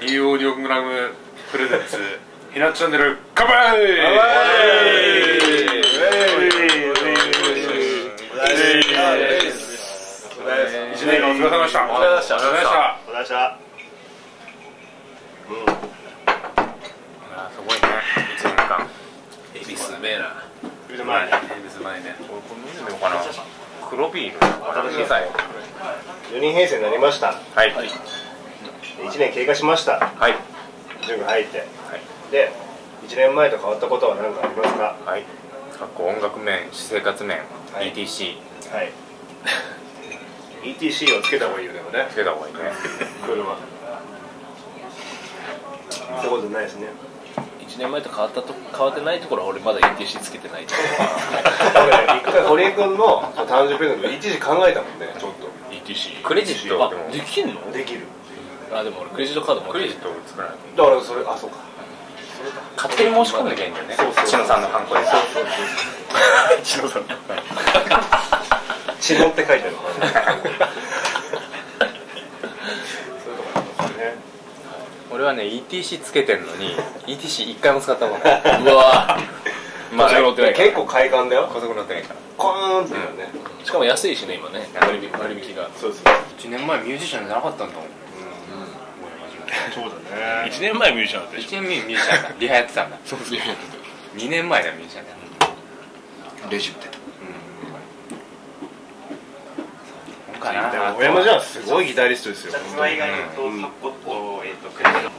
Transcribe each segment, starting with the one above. ニューオーディオグラムプレゼンツひなチャンネル乾杯一年間お疲れ様でしたお疲れ様でしたお疲れ様でしたお疲れ様でしたあすごいね一年間エビスうめえな見る前にエビスうまいね俺これ飲んでみようかな黒ビール新しいさよ4人編成になりましたはい1年経過しましたはい準備入って、で1年前と変わったことは何かありますかはいかっこ音楽面私生活面はい ETC はい ETC をつけた方がいいよでもねつけた方がいいね車ってことない ですね1年前と変わったと変わってないところは俺まだ ETC つけてないとだから一回堀江君の誕生日プレゼント一時考えたもんねちょっ ETC クレジットあでもできんのとできるあでも俺クレジットカード持っクてレるジットを作らないだからそれあそうか勝手に申し込んでけんだよね千野さんのハンコで千野さん「血の」って書いてある 俺はね ETC つけてんのに ETC 一回も使ったことないうわまあこちら乗ってないから結構快感だよ高速乗ってないからコーンっていうのね、しかも安いしね今ね割引割引がそうそう1年前ミュージシャンじゃなかったんだもんそうだね1年前ミュージシャンだったでし1年前ミュージシャンだリハやってたんだょそうそう2年前だミュージシャンだレジ打ってそうかなあ小山じゃんすごいギタリストですよつま以外とサコと、えっと、クレジット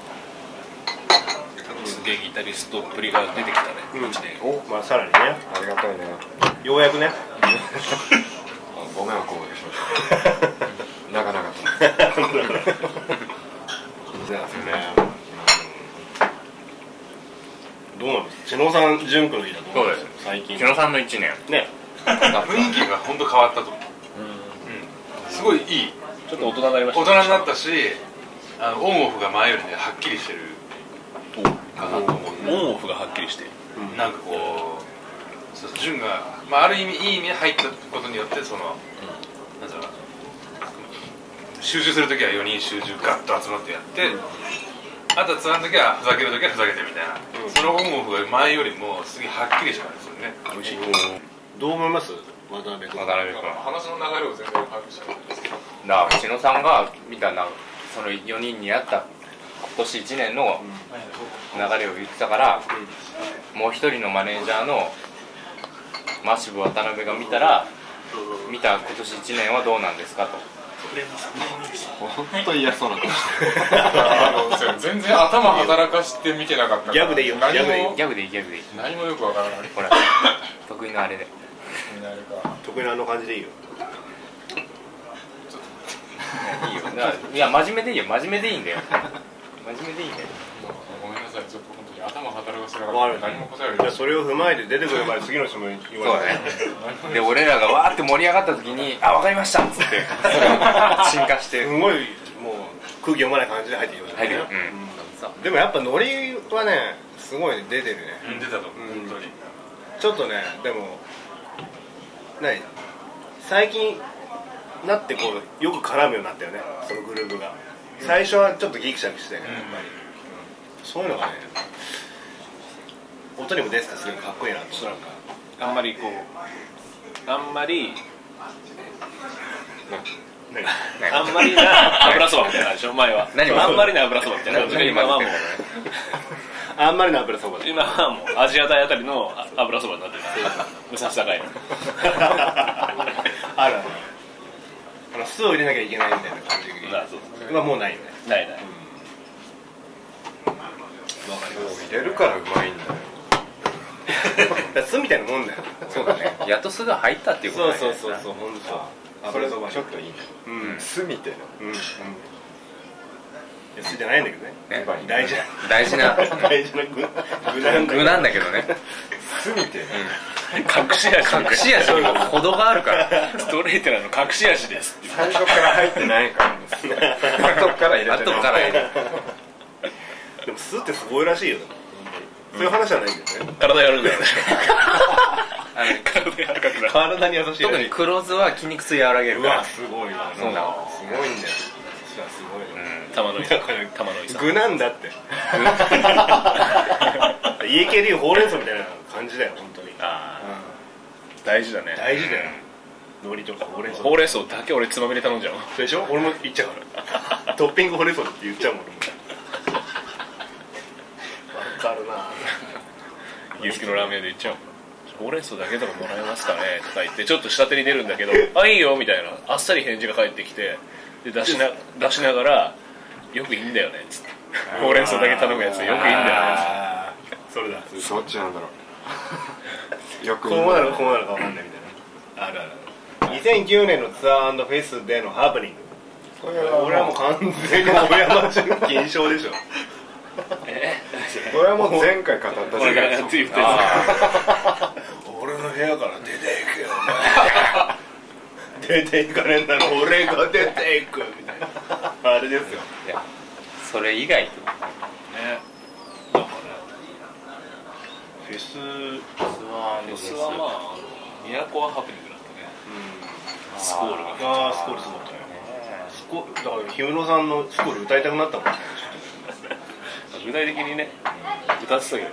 すげえギタリストっぷりが出てきたね1年おまあさらにねありがたいねようやくねご迷惑をおかけしまし た長々とそうなんですよねどうなんですか知能さん純子の日だと思うんですよ最近木野さんの1年ね雰囲気が本当変わったと思ううんすごいいいちょっと大人になりまし大た人になったしあのオンオフが前よりねはっきりしてるかなと思うオンオフがはっきりしてなんかこうそうそう潤が、まあ、ある意味いい意味で入ったことによってその、なんだろうの集中するときは4人集中ガッと集まってやって、あとはつまんときはふざけるときはふざけてみたいな、そのオンオフが前よりもすげえはっきりしたんですよねどう思います渡辺君渡辺君話の流れを全然把握してないだから木野さんが見たなその4人に会った今年1年の流れを言ってたから、もう一人のマネージャーのマシブ渡辺が見たら見た今年1年はどうなんですかと本当に嫌そうな顔して 全然頭働かして見てなかったから ギャグでいいよ何ギャグでいいギャグでいいギャグでいい何もよくわからないほ ら得意のあれで得意なあの感じでいいよいいよだからいや真面目でいいよ真面目でいいんだよ真面目でいいんだよごめんなさいちょっと本当に頭働かせなわかかっるた何も答えじゃがあそれを踏まえて出てくる前に次の質問言わないそうねで俺らがわーって盛り上がった時に「あわかりました」っつってそれを進化してすごいもう空気読まない感じで入ってきましたね入るよ、うんでもやっぱノリはねすごい出てるねうん出たと思う、うん本当にちょっとねでも何最近なってこうよく絡むようになったよねそのグループが最初はちょっとギクシャクしてたけどやっぱり、うんそういうのがね音にも出てたらすごいかっこいいなと思っあんまりこうあんまりたねあんまりな油そばみたいなのでしょ前は何もあんまりな油そばみたいなので今はもうあんまりの油 そばで今はもうアジア大あたりの油そばになって る武蔵境のあるあるあの酢を入れなきゃいけないみたいな感じなそうがもうないよね ないない入れるからうまいんだよだから 酢みたいなもんだよそうだねやっとすぐ入ったっていうことそうだねそうそうそう本当そうそれち油そばにょっといいねうんうん酢みたいな酢じゃないんだけどねね大事な大事な 大事な具なんだ具なんだけどね酢みたいな隠し味隠し味にも程があるからストレートなの隠し味です最初から入ってないからね酢 後から入れて後から入れるでも酢ってすごいらしいよそういう話じゃないんだよね体やるん だよねあの体柔らかくなる体に優し特に黒酢は筋肉痛和らげるうかわらすごいわそうなのすごいんだよ酢はすごいのうん玉の井さん 玉の井さん具なんだって家系でいうほうれん草みたいな感じだよ本当にあー大事だね大事だよ海苔とかほうれん草ほうれん草だけ俺つまみで頼んじゃうでしょ俺も言っちゃうからトッピングほうれん草って言っちゃうもん俺もわかるな有機のラーメン屋で言っちゃうほうれん草だけとかもらえますかねとか言ってちょっと下手に出るんだけど「あいいよ」みたいなあっさり返事が返ってきてで出しな出しながら「よくいいんだよね」っつって「ほうれん草だけ頼むやつよくいいんだよね」それだどっちなんだろうよくこうなのかこうなのかわかんないみたいなあるある2009年のツアーフェスでのハプニングこれ俺はもう完全に大山純金賞でしょこれはもう前回語ったじゃないですかって言ってあ俺の部屋から出ていくよお前出ていかねえんだろ俺が出ていくみたいなあれですよいやそれ以外フェススはまああの都はハプニングだったねスコールがああスコールすごかったよスコだから氷室さんのスコール歌いたくなったもんね具体的にね歌ってたけ ど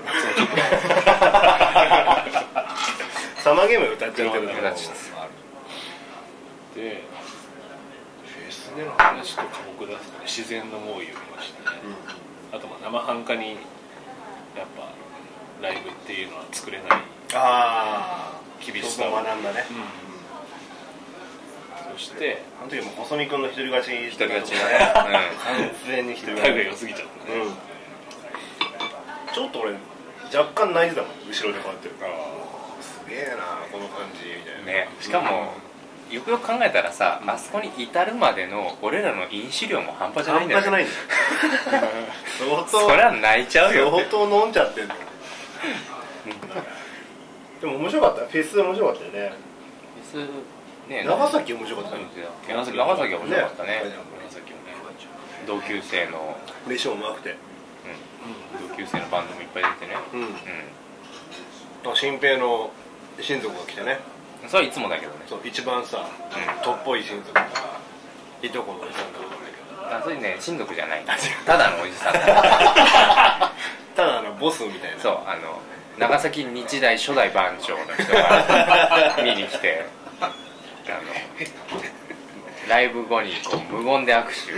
サマーゲーム歌っちゃってるから歌っちゃっでフェスでの話と過酷だったね自然の猛威を見ましたね、あとまあ生半可にやっぱライブっていうのは作れないああ厳しそさこを学んだねそしてあの時も細見君の独り勝ち一一人勝ちね完全に一人タ勝イちが良すぎちゃったねうんちょっと俺若干泣いてたもん後ろでこうやってすげえなこの感じみたいなねしかも、よくよく考えたらさあそこに至るまでの俺らの飲酒量も半端じゃないん半だよ端じゃないんだよ相 そりゃ泣いちゃうよ当相当飲んじゃってんのでも面白かったフェス面白かったよねね長崎面白かったよね長崎長崎は面白かったね長崎もね同級生のレシオもうまくて同級生のバンドもいっぱい出てねうんう新平の親族が来てねんそれはいつもだけどねそう一番さうとっぽい親族がいとこのおじさんとかあそれね親族じゃないただのおじさんだただのボスみたいなそうあの長崎日大初代番長の人が見に来てあのライブ後にこう無言で握手を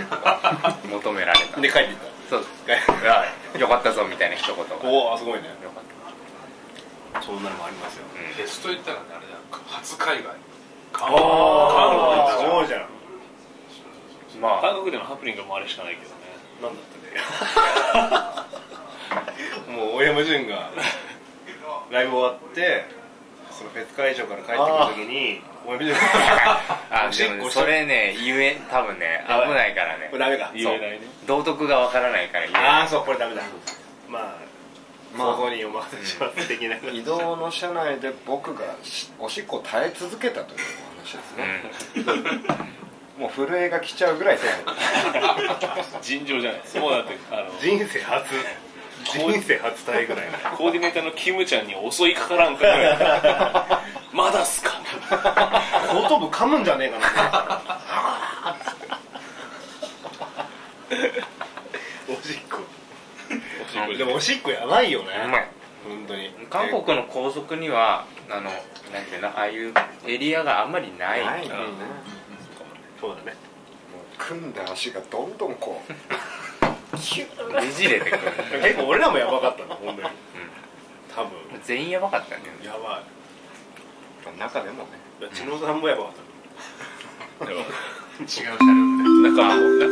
求められたで帰っていっそうたいやよかったぞみたいな一言がよかっおおすごいねた、そんなのもありますようんフェスといったらねあれだ初海外ああ韓国そ行うったじゃんまあ韓国でのハプニングもあれしかないけどねなんだったね もう大山潤がライブ終わってそのフェス会場から帰ってくる時に大山潤があでもねそれね言え多分ねやばい危ないからねこれダメか言えないね道徳がわからないから言えないああそうこれダメだまあまあここにお任せします的な移動の車内で僕がしおしっこを耐え続けたというお話ですね、もう震えが来ちゃうぐらいせ尋常じゃないですもうだってあの人生初人生初体ぐらいのコーディネーターのキムちゃんに襲いかからんから いまだっすか後頭部噛むんじゃねえかな おしっこ でもおしっこやばいよねうまい本当に韓国の高速にはあのなんていうのああいうエリアがあんまりないないんだよね、うんそうだもうね組んだ足がどんどんこうねじれてくる 結構俺らもやばかったの本当に多分全員やばかったんだよねやば中でもねいいや知能さんもやばかったなんかなんか